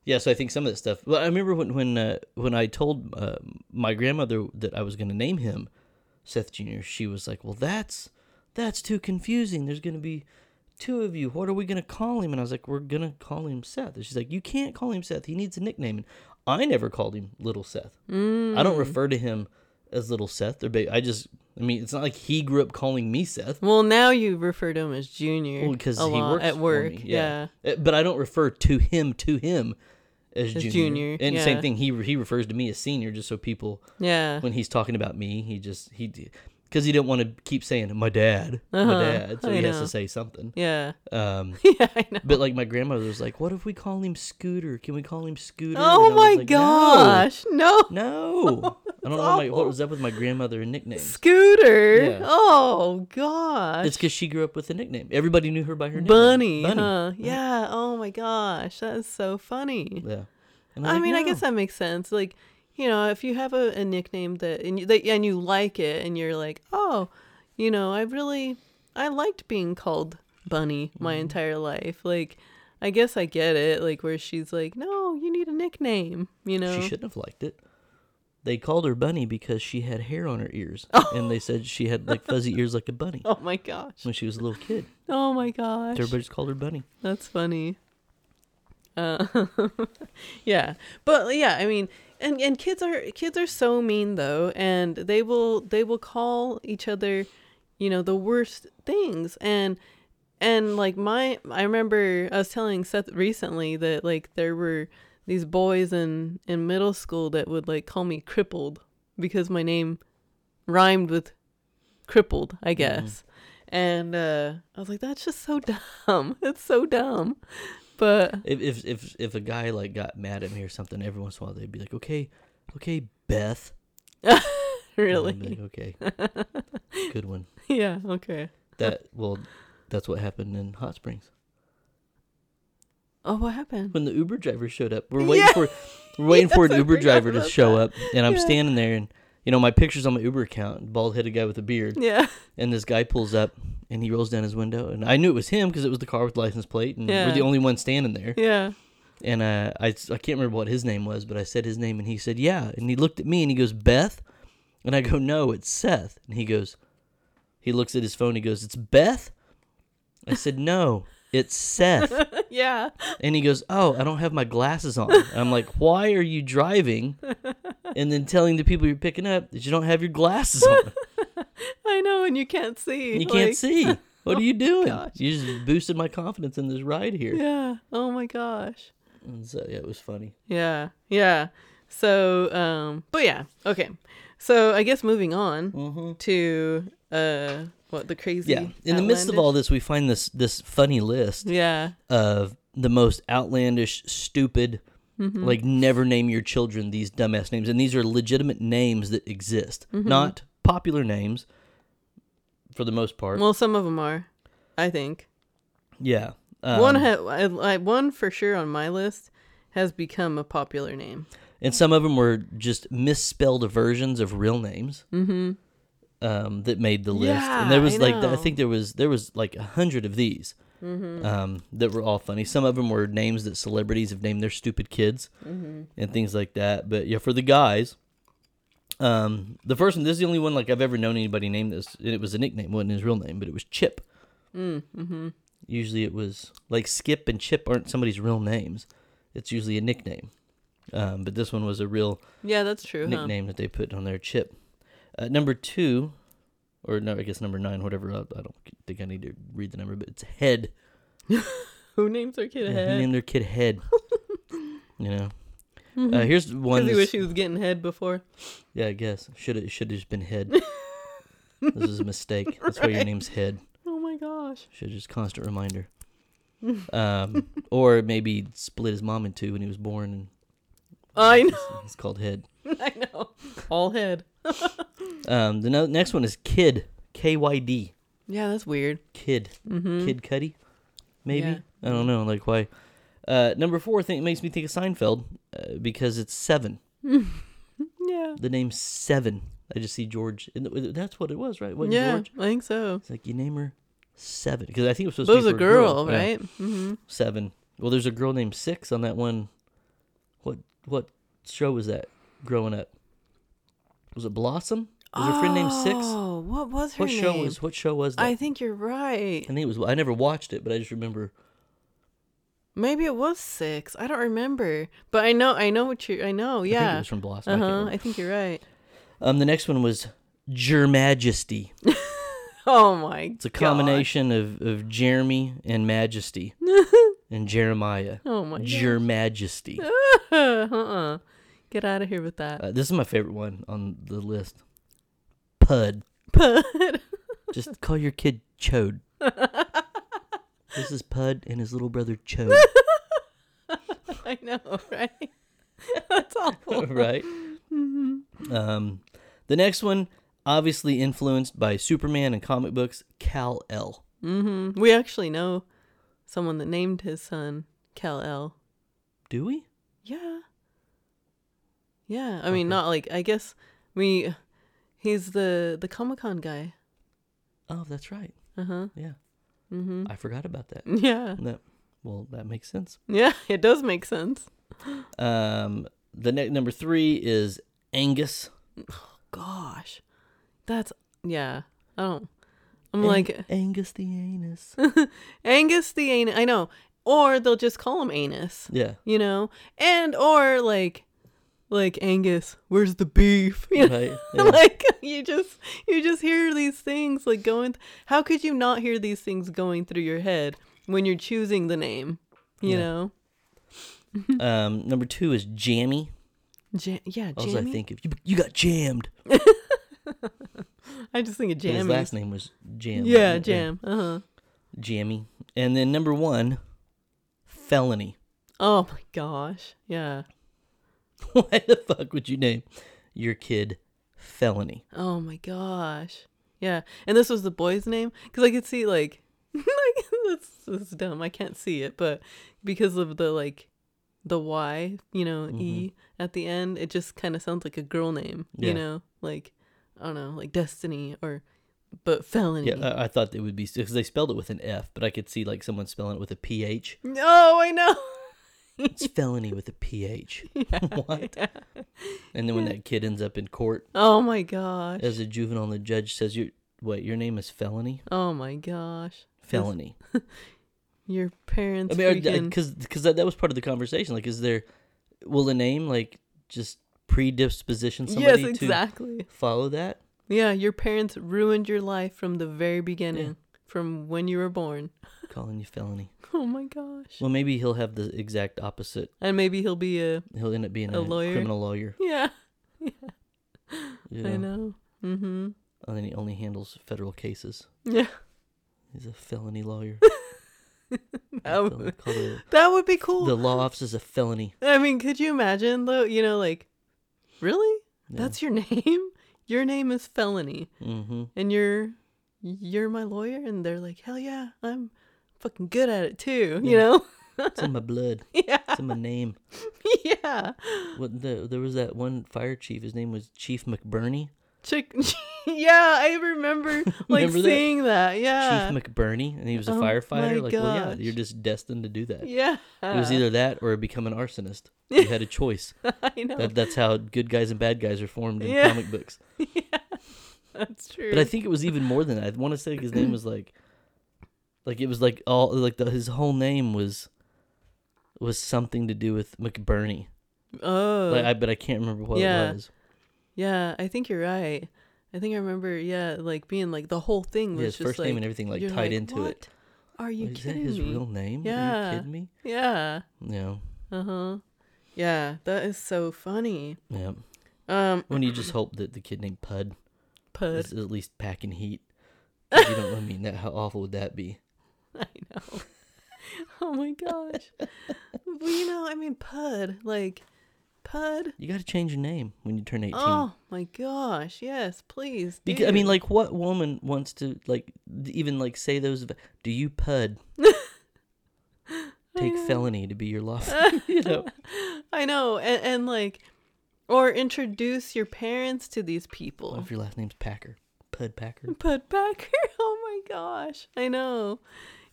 yeah. So I think some of that stuff. Well, I remember when when uh, when I told uh, my grandmother that I was going to name him Seth Junior. She was like, "Well, that's that's too confusing. There's going to be two of you. What are we going to call him?" And I was like, "We're going to call him Seth." And she's like, "You can't call him Seth. He needs a nickname." And I never called him Little Seth. I don't refer to him as Little Seth or Baby. I just, I mean, it's not like he grew up calling me Seth.
Well, now you refer to him as Junior
Well, because
a
he
lot
works
at
for
work.
me,
Yeah.
Uh, But I don't refer to him to him as, junior.
junior,
And same
yeah.
thing, he he refers to me as senior, just so people
yeah,
when he's talking about me, he just he because he didn't want to keep saying my dad, my
Uh-huh,
dad, so
I
he has
know.
to say something.
yeah,
Um,
yeah. I know.
but like my grandmother was like, "What if we call him Scooter? Can we call him Scooter?"
Oh
And I was
my
like,
gosh, no,
No, no. I don't know my, what was up with my grandmother and nicknames.
Scooter.
Yeah.
Oh gosh.
It's because she grew up with a nickname. Everybody knew her by her nickname.
Bunny,
Bunny.
huh? Yeah. Oh my gosh, that is so funny.
Yeah. And
I
was like,
mean, I
"No."
guess that makes sense. Like, you know, if you have a, a nickname that and you, that and you like it, and you're like, oh, you know, I really I liked being called Bunny my
Mm-hmm.
entire life. Like, I guess I get it. Like, where she's like, no, you need a nickname. You know.
She shouldn't have liked it. They called her Bunny because she had hair on her ears, and they said she had like fuzzy ears like a bunny
Oh my gosh.
when she was a little kid.
Oh my gosh.
Everybody just called her Bunny.
That's funny. Uh, yeah, but yeah, I mean, and and kids are kids are so mean though, and they will they will call each other, you know, the worst things, and and like my I remember I was telling Seth recently that like there were these boys in in middle school that would like call me crippled because my name rhymed with crippled, I guess. And uh, I was like, that's just so dumb. It's so dumb. But
If if if if a guy like got mad at me or something, every once in a while they'd be like, "Okay, okay, Beth." And I'd be
really,
like, okay. Good one.
yeah, okay.
That well, that's what happened in Hot Springs
Oh, what happened?
when the Uber driver showed up. We're waiting
Yeah.
for we're waiting for an
Yes, I
Uber
forgot
driver to
about
show
that.
up, and I'm
Yeah.
standing there, and you know my picture's on my Uber account, bald headed guy with a beard.
Yeah,
And this guy pulls up and he rolls down his window. And I knew it was him because it was the car with the license plate. And we're
Yeah.
the only one standing there.
yeah.
And uh, I, I can't remember what his name was, but I said his name and he said, Yeah. And he looked at me and he goes, Beth? And I go, No, it's Seth. And he goes, He looks at his phone. He goes, It's Beth? I said, No, it's Seth.
yeah,
And he goes, Oh, I don't have my glasses on. I'm like, Why are you driving and then telling the people you're picking up that you don't have your glasses on?
I know, and you can't see.
You can't
like-
see. What are you doing?
gosh.
You just boosted my confidence in this ride here.
Yeah. Oh my gosh.
And so yeah, it was funny.
Yeah, yeah. So, um, but yeah, okay. So I guess moving on to uh, what the crazy.
Mm-hmm. Yeah. In the midst of
outlandish-
all this, we find this this funny list
Yeah.
of the most outlandish, stupid, like never name your children these dumbass names, and these are legitimate names that exist, not popular names. For the most part,
Well, some of them are. I think.
yeah. Um,
one ha- I, I, one for sure on my list has become a popular name.
and some of them were just misspelled versions of real names um, that made the list. and
Mm-hmm. Yeah,
there was
I
like the- I
know. Mm-hmm.
think there was there was like a hundred of these um, that were all funny. Some of them were names that celebrities have named their stupid kids
Mm-hmm.
and things like that. But yeah, for the guys, um, the first one this is the only one like I've ever known anybody name this, and it was a nickname, wasn't his real name, but it was Chip.
Mm-hmm.
Usually, it was like Skip and Chip aren't somebody's real names. It's usually a nickname. Um, but this one was a real
Yeah, that's true. huh?
nickname that they put on their chip. Uh, number two, or no, I guess number nine, whatever. I, I don't think I need to read the number, but it's head.
Who names their kid
Yeah,
a
who
head?
named their kid head. you know. Uh, here's
Because Mm-hmm. he
one. that's-
wish he was getting head before.
Yeah, I guess should it should have just been head. this is a mistake. That's why your
Right.
name's head.
Oh my gosh.
Should just constant reminder. Um, or maybe he'd split his mom in two when he was born, and
I know.
it's- it's called head.
I know. All head.
Um, the no- next one is kid. K Y D.
Yeah, that's weird.
Kid.
Mm-hmm.
Kid Cuddy, maybe.
Yeah.
I don't know. Like why? Uh, number four thing makes me think of Seinfeld uh, because it's seven.
Yeah.
The name seven. I just see George. And th- that's what it was, right? Wasn't
yeah,
George?
I think so.
It's like you name her seven because I think it was supposed
But it was
to
a
be for
girl,
Yeah,
right? Mm-hmm.
seven. Well, there's a girl named Six on that one. What what show was that? Growing up, was it Blossom? Was her friend named Six?
Oh, what was her
What
name?
show was what show was that?
I think you're right.
I think it was. I never watched it, but I just remember.
Maybe it was six. I don't remember, but I know. I know what you. I know.
I think it
Yeah.
was from Blossom. I
Uh
can't
huh.
remember.
I think you're right.
Um, the next one was Jer Majesty.
Oh my.
It's a combination of, of Jeremy and Majesty and Jeremiah.
Oh my.
Jer Majesty.
uh uh. Get out of here with that.
Uh, this is my favorite one on the list. Pud.
Pud.
Just call your kid Chode. this is Pud and his little brother Chode,
I know, right? That's awful. Mm-hmm.
right? Um, the next one, obviously influenced by Superman and comic books, Cal L.
hmm We actually know someone that named his son Cal El.
Do we?
Yeah. Yeah. I mean, not like I guess we. He's the the Comic Con guy.
Oh, that's right.
Uh huh.
Yeah,
Mm-hmm.
I forgot about that.
Yeah.
that well, that makes sense.
Yeah. It does make sense.
Um, the next number three is Angus.
Gosh, that's yeah. I don't. I'm
Ang-
like
Angus the anus.
Angus the anus. I know, or they'll just call him anus.
yeah,
You know, and or like, like Angus, where's the beef? You know?
right. yeah.
like you just you just hear these things like going th- how could you not hear these things going through your head when you're choosing the name you
Yeah.
know
Um, number two is Jammy.
ja- yeah
Also, I
jammy I,
think of you. You got jammed.
just think of
But His
jammy
last name was Jam.
yeah
wasn't it?
jam uh-huh
Jammy. And then number one, felony.
oh my gosh yeah
Why the fuck would you name your kid felony?
oh my gosh yeah and this was the boy's name because i could see like like that's, that's dumb i can't see it but because of the like the y you know e at the end it just kind of sounds like a girl name
Mm-hmm. Yeah.
you know like i don't know like destiny or but felony
Yeah, uh I, I thought it would be because they spelled it with an F, but I could see like someone spelling it with a PH.
no Oh, i know
It's felony with a PH. what?
Yeah.
And then when that kid ends up in court
oh my gosh
as a juvenile, and the judge says, "Your what? Your name is felony.
oh my gosh
Felony."
your parents
I mean,
freaking...
because because that, that was part of the conversation. Like, is there will the name like just predisposition
yes
somebody
exactly
to follow that?
Yeah, your parents ruined your life from the very beginning, from when you were born.
Calling you felony.
Oh my gosh.
Well, maybe he'll have the exact opposite.
And maybe he'll be a
He'll end up being a,
A lawyer?
criminal lawyer.
yeah,
You
I know. Mhm.
And then he only handles federal cases.
Yeah.
He's a felony lawyer.
That
Fel-
would,
call the,
that would be cool.
the law office is a felony.
I mean, could you imagine though, you know, like really?
Yeah.
That's your name? Your name is Felony
Mm-hmm.
and you're you're my lawyer and they're like, "Hell yeah, I'm fucking good at it too." You
Yeah.
know?
It's in my blood.
yeah.
It's in my name.
Yeah.
What the, there was that one fire chief. His name was Chief McBurney.
Chick Yeah, I remember like
Remember that?
seeing that. Yeah.
Chief McBurney, and he was a
Oh my
firefighter. Like, well, yeah,
gosh.
you're just destined to do that.
Yeah.
It was either that or become an arsonist. You had a choice.
I know.
That, that's how good guys and bad guys are formed in
Yeah.
comic books.
That's true.
But I think it was even more than that. I want to say his name was like, like it was like all like the, his whole name was was something to do with McBurney.
Oh,
Like, I but I can't remember what
Yeah.
it was.
yeah. I think you're right. I think I remember. Yeah, like being like the whole thing
Yeah,
was
his
just
first
like
name and everything like
you're
tied into it.
"What Are you
Is that
kidding
his
me?
real name? Are
Yeah.
you kidding me?
Yeah.
No.
Uh huh. Yeah, that is so funny.
Yeah.
Um,
When you just hope that the kid named Pud
Pud.
is at least packing heat. 'Cause You don't. I mean, that how awful would that be?
I know. oh my gosh. well, you know, I mean, Pud, like, Pud.
You got to change your name when you turn eighteen.
Oh my gosh. Yes, please.
Because I
do.
mean, like, what woman wants to like d- even like say those? v- Do you pud? Take felony to be your lawful. you know,
I know. And, and, like, or introduce your parents to these
what
people.
if your last name's Packer? Pud Packer.
Pud Packer. Oh my gosh. I know.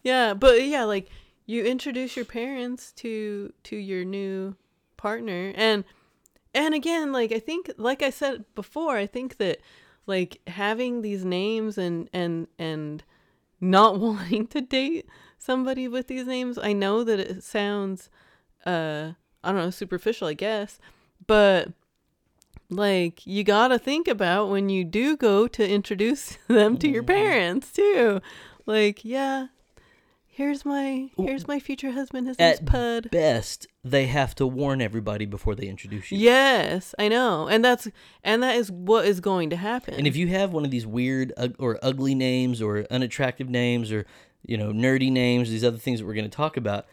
Yeah, but yeah, like you introduce your parents to to your new partner and and again, like I think like I said before, I think that like having these names and and and not wanting to date somebody with these names, I know that it sounds uh I don't know, superficial, I guess, but like you got to think about when you do go to introduce them to your
Mm-hmm.
parents too. Like, yeah, here's my here's my future husband. His name's
At
Pud.
Best, they have to warn everybody before they introduce you.
Yes, I know, and that's and that is what is going to happen.
And if you have one of these weird ug- or ugly names or unattractive names or you know nerdy names, these other things that we're going to talk about,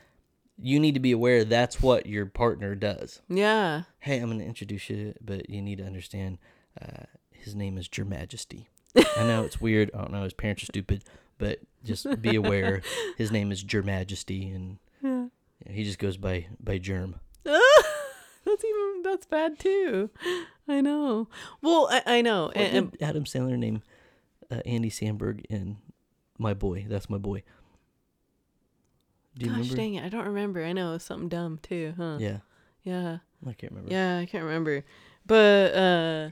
you need to be aware that's what your partner does.
yeah,
hey, I'm going to introduce you, but you need to understand uh, his name is Your Majesty. I know it's weird. I don't know. His parents are stupid, but just be aware his name is Your Majesty, and he just goes by by Germ.
that's even that's bad too. I know. Well, I, I know.
What
And, and-
did Adam Sandler name uh, Andy Sandberg and my boy? That's my boy. Do you
gosh,
remember?
dang it, I don't remember. I know it was something dumb too, huh?
Yeah,
yeah.
I can't remember.
Yeah, I can't remember, but uh,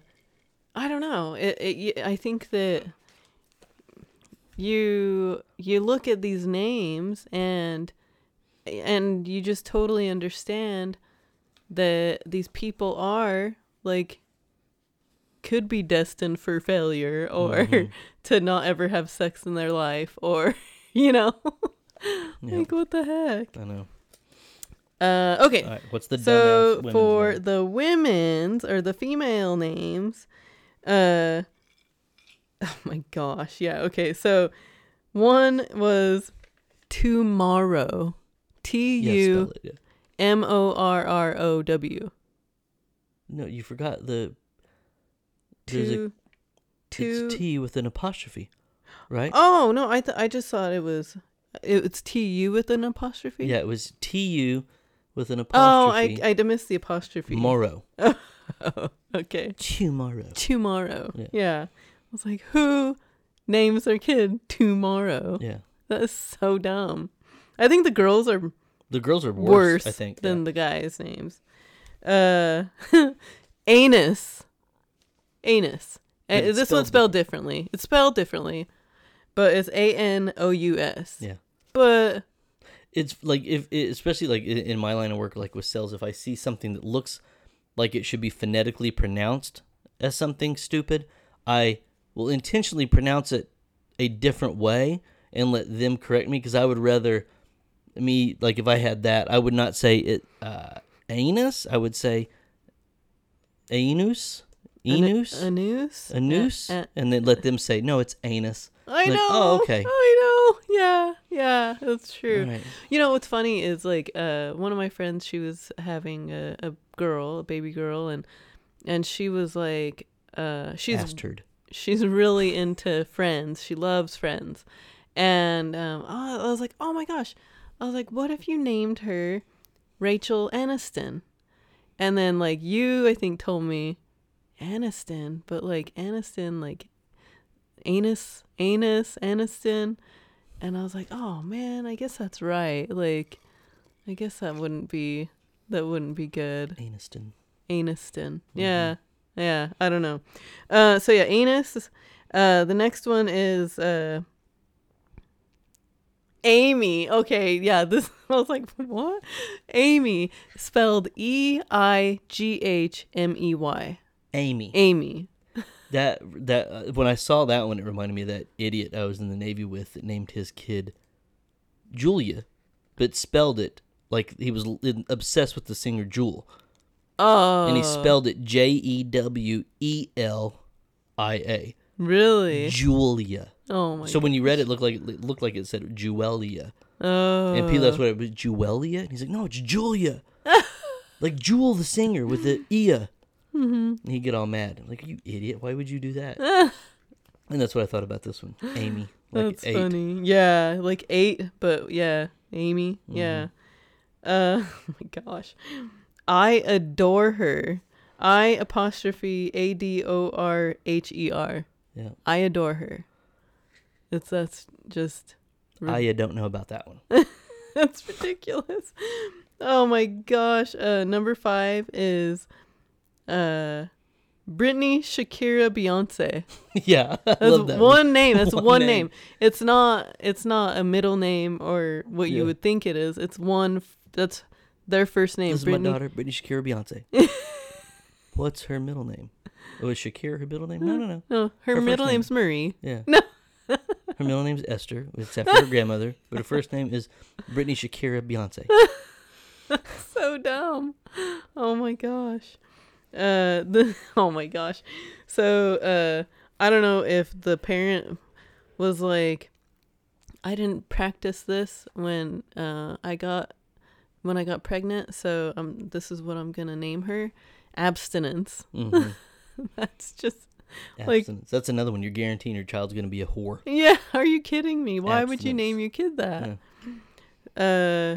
I don't know. It, it, y- I think that you you look at these names and and you just totally understand that these people are like could be destined for failure or
Mm-hmm.
to not ever have sex in their life or you know
Mm-hmm. Yeah.
like what the heck
I know.
uh okay
All right, what's the dumbass
so
women's
for
name?
the women's or the female names uh oh my gosh yeah okay so one was tomorrow t
yeah, spell
u
it, yeah.
m o r r o w
No, you forgot the there's a
two two
It's T with an apostrophe, right?
oh no i th- i just thought it was it, it's t u with an apostrophe
Yeah, it was T U with an
oh i
apostrophe.
i did miss the apostrophe
tomorrow.
okay
Tomorrow.
tomorrow
Yeah.
yeah i was like who names their kid tomorrow
Yeah,
That is so dumb. I think the girls are worse,
the girls are worse. I think.
than
yeah.
the guys' names. Uh, anus, anus.
But
Uh,
it's
this one's spelled
spelled
differently. It's spelled differently, but it's A N O U S.
Yeah.
But
it's like if it, especially like i- in my line of work, like with sales, if I see something that looks like it should be phonetically pronounced as something stupid, I will intentionally pronounce it a different way and let them correct me because I would rather me like if I had that, I would not say it uh, anus. I would say anus,
an-
anus,
anus,
anus,
A- a-
and then let them say no, it's anus.
I
Like,
know.
oh, okay.
I know. Yeah, yeah, that's true.
All right.
You know what's funny is like uh, one of my friends, she was having a, a girl, a baby girl, and and she was like, uh, she's
Bastard.
she's really into Friends. She loves Friends, and um, I I was like, oh my gosh, I was like, what if you named her Rachel Aniston? And then like you, I think told me Aniston, but like Aniston, like anus, anus, Aniston, and I was like, oh man, I guess that's right. Like, I guess that wouldn't be that wouldn't be good.
Anuston.
Aniston.
Mm-hmm.
Yeah. Yeah. I don't know. Uh, so yeah, anus. Uh, the next one is uh, Amy. Okay, yeah, this I was like, what? Amy spelled E I G H M E Y.
Amy.
Amy.
That that uh, when I saw that one, it reminded me of that idiot I was in the navy with that named his kid Julia, but spelled it like he was l- in- obsessed with the singer Jewel,
Oh,
and he spelled it J E W E L I A
really?
Julia.
Oh my.
So when you read it, it looked like it looked like it said Juelia,
oh.
and people that's what it was Juelia, and he's like, no, it's Julia, like Jewel the singer with the ia. Mm-hmm. And he'd get all mad. I'm like, you idiot! Why would you do that? and that's what I thought about this one, Amy. Like
That's
eight.
funny. Yeah, like eight, but yeah, Amy. Yeah.
Mm-hmm.
Uh, oh my gosh, I adore her. I apostrophe A D O R H E R.
Yeah,
I adore her. It's that's just
I uh, don't know about that one.
that's ridiculous. Oh my gosh. Uh, number five is uh, Britney, Shakira, Beyonce.
yeah, I
That's
love that
one
one.
name. That's
One
one,
name.
name. It's not. It's not a middle name or what
Yeah.
you would think it is. It's one. f- That's their first name.
This is
Brittany.
my daughter, Brittany Shakira Beyonce. What's her middle name? Oh, is Shakira her middle name? No, no, no.
No, her,
first
middle
name.
name's Marie.
Yeah. No. her middle name's Esther. It's after her grandmother, but her first name is Brittany Shakira Beyonce.
So dumb. Oh my gosh. Uh, the, oh my gosh. So uh, I don't know if the parent was like, I didn't practice this when uh I got when I got pregnant. So um, this is what I'm gonna name her. Abstinence.
Mhm.
That's just Like-
Abstinence. That's another one. You're guaranteeing your child's going to be a whore.
Yeah, are you kidding me? Why would you
Abstinence.
name your kid that? Uh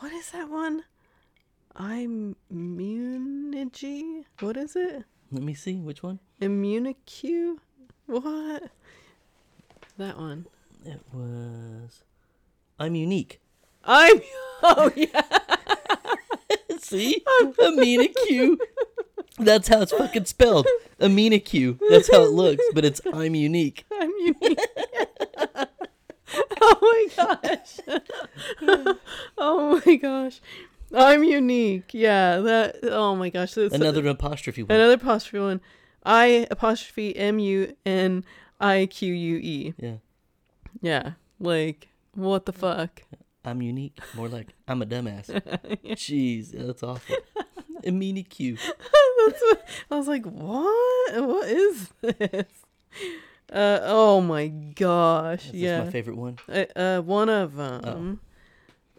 What is that one? I'm immunology. What is it?
Let me see. Which one?
Immunicue? What? That one.
It was. I'm unique.
I'm Oh yeah.
See? Amina Q. That's how it's fucking spelled. Amina Q. That's how it looks, but it's I'm unique.
I'm unique. oh my gosh. oh my gosh. I'm unique. Yeah, that oh my gosh. That's
Another apostrophe one.
Another apostrophe one. I apostrophe M U N I Q U E.
Yeah.
Yeah. Like, what the fuck?
I'm unique. More like I'm a dumbass. Jeez, that's awful. Amina Q.
That's what, I was like, what? What is this? Uh, oh my gosh.
That's
yeah.
my favorite Oh. one.
uh, uh, one of them.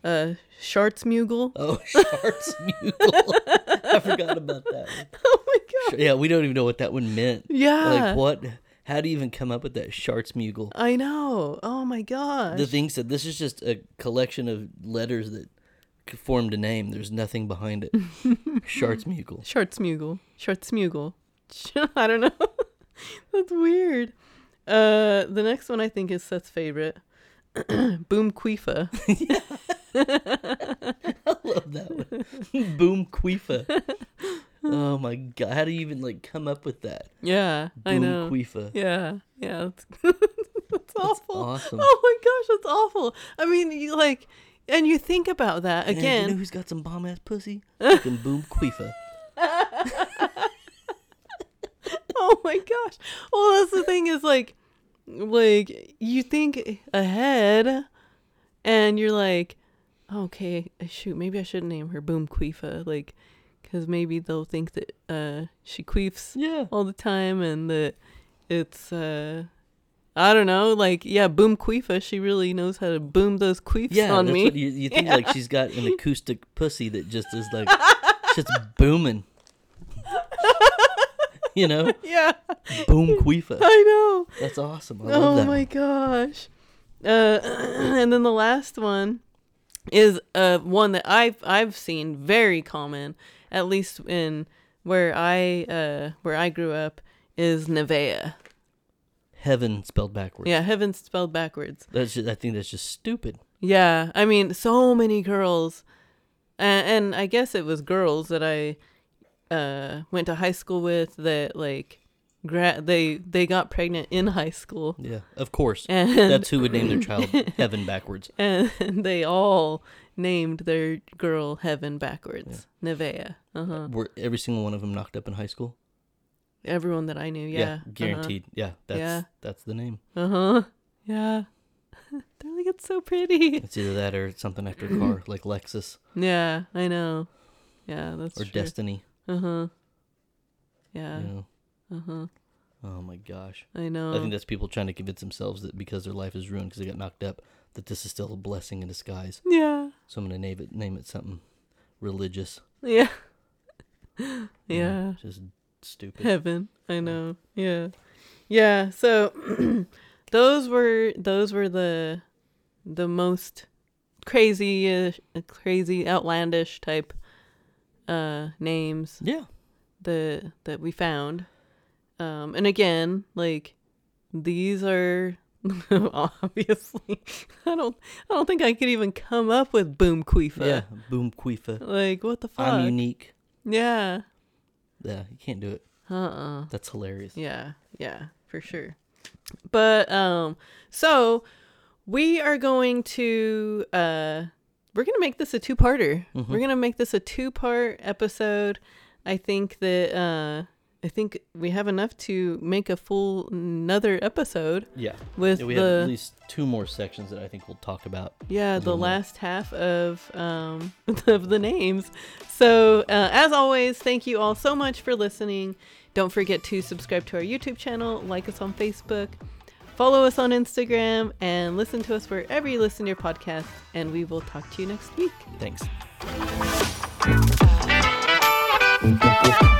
Uh, Shartsmugle.
Oh, Sharp's Mule. I forgot about that one.
Oh my god.
Sh- Yeah, we don't even know what that one meant.
Yeah.
Like, what? How do you even come up with that Sharp's Mule?
I know. Oh my gosh.
The thing said, this is just a collection of letters that c- formed a name. There's nothing behind it. Sharp's Mule.
Shartsmugle. Shartsmugle. I don't know. That's weird. Uh, the next one I think is Seth's favorite. Boom Queefa.
I love that one. Boom Queefa. Oh my god! How do you even like come up with that?
Yeah,
Boom
I know.
Queefa.
Yeah, yeah. That's, that's awful.
awesome.
Oh my gosh, that's awful. I mean, you like, and you think about that
And you know
again.
who's got some bomb ass pussy? Fucking boom queefa.
Oh my gosh. Well, that's the thing is like, like you think ahead, and you're like, okay, shoot, maybe I shouldn't name her Boom Queefa, like, because maybe they'll think that uh she queefs
Yeah.
all the time and that it's uh I don't know, like yeah, boom queefa, she really knows how to boom those queefs
Yeah.
on
that's
me.
What you, you think like she's got an acoustic pussy that just is like just booming. you know?
yeah,
Boom queefa.
I know.
That's awesome. I love
Oh
that.
my
one.
gosh. Uh and then the last one is uh one that I've I've seen very common, at least in where I uh where I grew up is Nevea.
Heaven spelled backwards.
Yeah, heaven spelled backwards.
That's just, I think that's just stupid.
Yeah, I mean, so many girls, and, and I guess it was girls that I uh, went to high school with that like gra- they they got pregnant in high school
Yeah, of course.
and
That's who would name their child Heaven backwards.
and they all named their girl Heaven backwards. Nevea. Uh-huh.
Were every single one of them knocked up in high school?
Everyone that I knew, yeah. uh-huh.
guaranteed. Yeah, that's
Yeah.
that's the name.
Uh-huh. Yeah. They're like it's so pretty.
It's either that or something after a car, like Lexus
Yeah, I know. Yeah, that's
or
true.
Destiny.
uh-huh. Yeah.
You know?
Uh-huh.
Oh my gosh.
I know.
I think that's people trying to convince themselves that because their life is ruined because they got knocked up, that this is still a blessing in disguise.
yeah.
So I'm gonna name it name it something religious.
Yeah.
you
yeah.
know, Just stupid.
heaven i know yeah yeah so those were those were the the most crazy uh, crazy outlandish type uh names
yeah.
that that we found um and again like these are obviously i don't i don't think i could even come up with boom queefa
Yeah. Boom Queefa.
like what the fuck
I'm unique.
yeah
Yeah, you can't do it.
uh-uh
That's hilarious.
Yeah, yeah, for sure. But um so we are going to uh we're going to make this a two-parter.
Mm-hmm.
We're going to make this a two-part episode. I think that uh I think we have enough to make a full another episode
Yeah.
with
Yeah, we have
the
at least two more sections that I think we'll talk about.
yeah, the
Mhm.
last half of um, of the names. So, uh, as always, thank you all so much for listening. Don't forget to subscribe to our YouTube channel, like us on Facebook, follow us on Instagram, and listen to us wherever you listen to your podcast. And we will talk to you next week.
Thanks.
Thank you.